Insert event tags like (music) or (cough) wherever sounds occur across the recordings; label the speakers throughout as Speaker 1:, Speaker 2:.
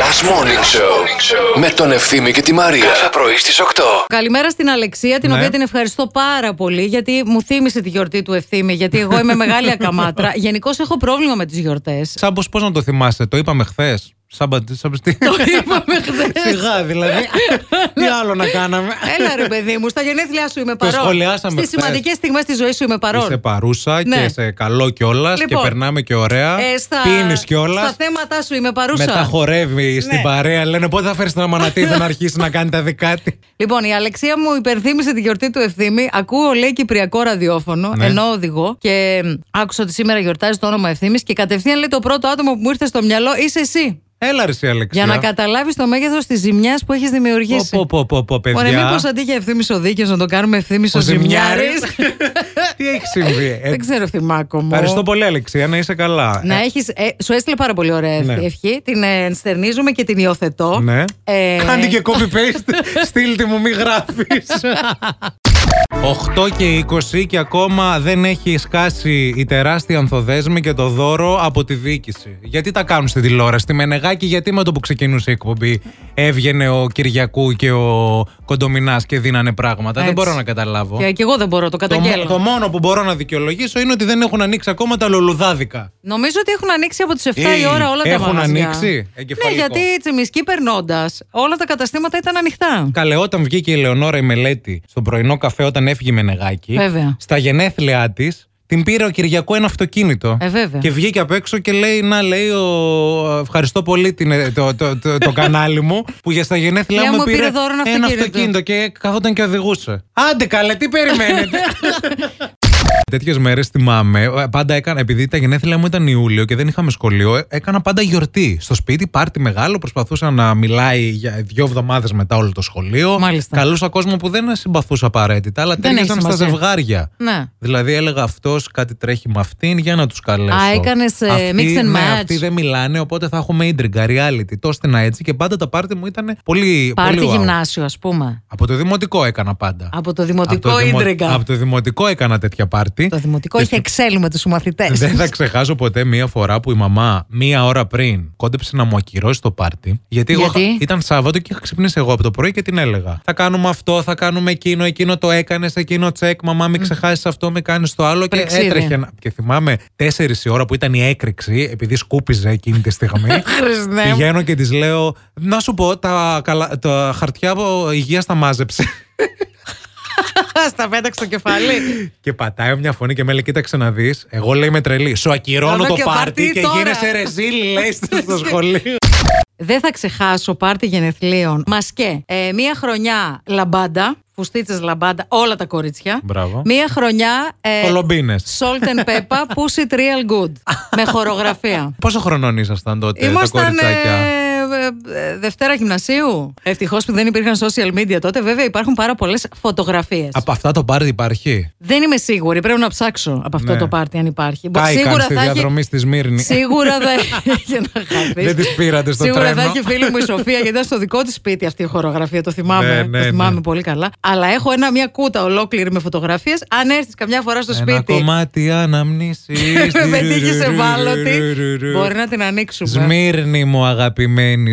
Speaker 1: Last Morning Show με τον Ευθύμη και τη Μαρία. Κάθε πρωί στις 8.
Speaker 2: Καλημέρα στην Αλεξία, την
Speaker 3: Ναι.
Speaker 2: οποία την ευχαριστώ πάρα πολύ, γιατί μου θύμισε τη γιορτή του ευθύμη. Γιατί εγώ είμαι μεγάλη
Speaker 3: (laughs)
Speaker 2: ακαμάτρα. Γενικώς έχω πρόβλημα με τις γιορτές.
Speaker 3: Σάμπος, πώς να το θυμάστε, το είπαμε χθες. Σάμπατη, σαμπιστή.
Speaker 2: Το
Speaker 3: (laughs)
Speaker 2: είπαμε χθες. (laughs)
Speaker 3: Σιγά δηλαδή. Τι άλλο να κάναμε.
Speaker 2: Έλα ρε παιδί μου, στα γενέθλιά σου είμαι παρόν.
Speaker 3: σχολιάσαμε
Speaker 2: Στις
Speaker 3: χθες.
Speaker 2: σημαντικές στιγμές της ζωής σου είμαι παρόν.
Speaker 3: Είσαι παρούσα
Speaker 2: Ναι.
Speaker 3: και σε καλό κιόλας
Speaker 2: Λοιπόν.
Speaker 3: και περνάμε και ωραία.
Speaker 2: Ε, στα,
Speaker 3: Πίνεις κιόλας.
Speaker 2: Στα θέματα σου είμαι παρούσα. Ναι.
Speaker 3: Μετά χορεύει στην παρέα. Λένε πότε θα φέρεις την
Speaker 2: (laughs)
Speaker 3: αμανατίδα να αρχίσει να κάνει τα δικά της.
Speaker 2: Λοιπόν, η Αλεξία μου υπερθύμησε τη γιορτή του Ευθύμη. Ακούω, λέει, κυπριακό ραδιόφωνο,
Speaker 3: Ναι.
Speaker 2: ενώ οδηγώ. Και μ, άκουσα ότι σήμερα γιορτάζει το όνομα Ευθύμης και κατευθείαν λέει το πρώτο άτομο που μου ήρθε στο μυαλό είσαι εσύ.
Speaker 3: Έλα ρε εσύ, Αλεξία.
Speaker 2: Για να καταλάβεις το μέγεθος της ζημιάς που έχεις δημιουργήσει.
Speaker 3: Πω, πω, πω, πω, παιδιά.
Speaker 2: Ωραία, μήπως αντί για ευθύνη ο δίκαιο να το κάνουμε ευθύνη ο
Speaker 3: Ο
Speaker 2: ζημιάρη. (laughs)
Speaker 3: Ζημιάρης. Τι έχει συμβεί. Ε,
Speaker 2: Δεν ξέρω, Ευθυμάκο μου.
Speaker 3: Ευχαριστώ πολύ, Αλεξία. Να είσαι καλά.
Speaker 2: Να έχεις, ε, σου έστειλε πάρα πολύ ωραία ευχ-
Speaker 3: Ναι.
Speaker 2: ευχή. Την ε, ενστερνίζουμε και την υιοθετώ.
Speaker 3: Ναι.
Speaker 2: Ε,
Speaker 3: Κάντε και
Speaker 2: (laughs)
Speaker 3: copy-paste. Στείλτε μου, μη γράφεις. 8 και 20 και ακόμα δεν έχει σκάσει η τεράστια ανθοδέσμη και το δώρο από τη διοίκηση. Γιατί τα κάνουν στην τηλεόραση, στη Μενεγάκη, γιατί με το που ξεκινούσε η εκπομπή έβγαινε ο Κυριακού και ο Κοντομινάς και δίνανε πράγματα.
Speaker 2: Έτσι.
Speaker 3: Δεν μπορώ να καταλάβω.
Speaker 2: Και, και εγώ δεν μπορώ, το
Speaker 3: Το, μο-
Speaker 2: καταγγέλλω.
Speaker 3: το μόνο που μπορώ να δικαιολογήσω είναι ότι δεν έχουν ανοίξει ακόμα τα λουλουδάδικα.
Speaker 2: Νομίζω ότι έχουν ανοίξει από τις 7
Speaker 3: Ε,
Speaker 2: η ώρα όλα τα
Speaker 3: έχουν
Speaker 2: μαγαζιά.
Speaker 3: ανοίξει, Ε,
Speaker 2: Ναι,
Speaker 3: εγκεφαλικό.
Speaker 2: γιατί τσιμισκή περνώντα, όλα τα καταστήματα ήταν ανοιχτά.
Speaker 3: Καλέ, όταν βγήκε η Λεωνόρα η μελέτη στο πρωινό καφέ όταν έφυγε με νεγάκι,
Speaker 2: Βέβαια.
Speaker 3: στα γενέθλιά της, την πήρε ο Κυριακό ένα αυτοκίνητο.
Speaker 2: Ε, βέβαια.
Speaker 3: Και βγήκε απ' έξω και λέει: Να, λέει, ο... ευχαριστώ πολύ την, ε, το, το, το, το κανάλι μου που για στα
Speaker 2: Λέω,
Speaker 3: γενέθλιά
Speaker 2: μου
Speaker 3: μου
Speaker 2: πήρε
Speaker 3: πήρε,
Speaker 2: δώρο ένα αυτοκίνητο.
Speaker 3: αυτοκίνητο και καθόταν και οδηγούσε. Άντε, καλέ, τι περιμένετε.
Speaker 2: (laughs)
Speaker 3: Τέτοιες μέρες θυμάμαι, ε, πάντα έκανα, επειδή τα γενέθλια μου ήταν Ιούλιο και δεν είχαμε σχολείο, ε, έκανα πάντα γιορτή. Στο σπίτι, πάρτι μεγάλο, προσπαθούσα να μιλάει για δύο εβδομάδες μετά όλο το σχολείο.
Speaker 2: Μάλιστα.
Speaker 3: Καλούσα κόσμο που δεν συμπαθούσα απαραίτητα, αλλά
Speaker 2: Δεν
Speaker 3: τέριαζαν
Speaker 2: έχεις
Speaker 3: στα
Speaker 2: σημασία.
Speaker 3: ζευγάρια.
Speaker 2: Ναι.
Speaker 3: Δηλαδή έλεγα αυτός κάτι τρέχει με αυτήν για να τους καλέσω.
Speaker 2: Α, έκανες, ε,
Speaker 3: Αυτοί,
Speaker 2: mix and
Speaker 3: ναι,
Speaker 2: match.
Speaker 3: Αυτοί δεν μιλάνε, οπότε θα έχουμε ίντριγκα, reality. Το να έτσι και πάντα τα πάρτι μου ήταν Ε, πολύ.
Speaker 2: Πάρτι
Speaker 3: πολύ wow.
Speaker 2: γυμνάσιο, ας πούμε.
Speaker 3: Από το δημοτικό έκανα πάντα.
Speaker 2: Από το δημοτικό
Speaker 3: Από το δημο-
Speaker 2: ίντριγκα.
Speaker 3: Από το δημοτικό έκανα τέτοια πάρτι.
Speaker 2: Το δημοτικό
Speaker 3: Και
Speaker 2: είχε εξέλι με τους μαθητέ.
Speaker 3: Ε, δεν θα ξεχάσω ποτέ μία φορά που η μαμά μία ώρα πριν κόντεψε να μου ακυρώσει το πάρτι. Γιατί, εγώ
Speaker 2: Γιατί?
Speaker 3: είχα- ήταν Σάββατο και είχα ξυπνήσει εγώ από το πρωί και την έλεγα. Θα κάνουμε αυτό, θα κάνουμε εκείνο, εκείνο το έκανες, εκείνο τσεκ. Μαμά, μην ξεχάσεις αυτό, μην κάνεις το άλλο.
Speaker 2: Πρεξίδι.
Speaker 3: Και έτρεχε. να- Και θυμάμαι 4 η ώρα που ήταν η έκρηξη, επειδή σκούπιζε εκείνη τη στιγμή.
Speaker 2: Χριστέ μου.
Speaker 3: πηγαίνω και της λέω, Να σου πω, τα, καλά, τα χαρτιά ο, υγείας τα μάζεψε.
Speaker 2: (laughs) Στα πέταξε το κεφάλι.
Speaker 3: Και πατάει μια φωνή και με λέει: Κοίταξε να δεις. Εγώ λέει με τρελή. Σου ακυρώνω
Speaker 2: Κάνω
Speaker 3: το
Speaker 2: και πάρτι
Speaker 3: πάρτι και
Speaker 2: τώρα».
Speaker 3: γίνεσαι ρεζίλη, λέει
Speaker 2: (laughs)
Speaker 3: στο σχολείο.
Speaker 2: Δεν θα ξεχάσω πάρτι γενεθλίων. Μασκέ. Ε, μία χρονιά λαμπάντα. Φουστίτσες λαμπάντα. Όλα τα κορίτσια.
Speaker 3: Μπράβο.
Speaker 2: Μία χρονιά. Ε,
Speaker 3: Κολομπίνες.
Speaker 2: Salt and pepper,
Speaker 3: (laughs)
Speaker 2: push it real good. με χορογραφία.
Speaker 3: Πόσο χρονών ήσασταν τότε τα
Speaker 2: Ήμασταν
Speaker 3: κοριτσάκια.
Speaker 2: ε, ε, ε, Δευτέρα Γυμνασίου. Ευτυχώς που δεν υπήρχαν social media τότε. Βέβαια υπάρχουν πάρα πολλές φωτογραφίες.
Speaker 3: Από αυτά το πάρτι υπάρχει.
Speaker 2: Δεν είμαι σίγουρη. Πρέπει να ψάξω από αυτό
Speaker 3: Ναι.
Speaker 2: το πάρτι αν υπάρχει. Μπο-
Speaker 3: Πάει καν στη
Speaker 2: έχει-
Speaker 3: διαδρομή στη Σμύρνη.
Speaker 2: Σίγουρα
Speaker 3: (laughs)
Speaker 2: θα έχει να χαθείς.
Speaker 3: Δεν τις πήρατε στο
Speaker 2: Σίγουρα θα
Speaker 3: τρένο.
Speaker 2: έχει φίλη μου η Σοφία, γιατί ήταν στο δικό της σπίτι αυτή η χορογραφία. Το θυμάμαι.
Speaker 3: Ναι, ναι,
Speaker 2: το θυμάμαι
Speaker 3: ναι.
Speaker 2: πολύ καλά. Αλλά έχω ένα, μια κούτα ολόκληρη με φωτογραφίες. Αν έρθεις καμιά φορά στο
Speaker 3: Ένα
Speaker 2: σπίτι. (laughs)
Speaker 3: κομμάτι αναμνήσεις.
Speaker 2: με τύχη σε βάλωτη. Μπορεί να την ανοίξουμε.
Speaker 3: Σμύρνη μου αγαπημένη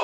Speaker 1: 8.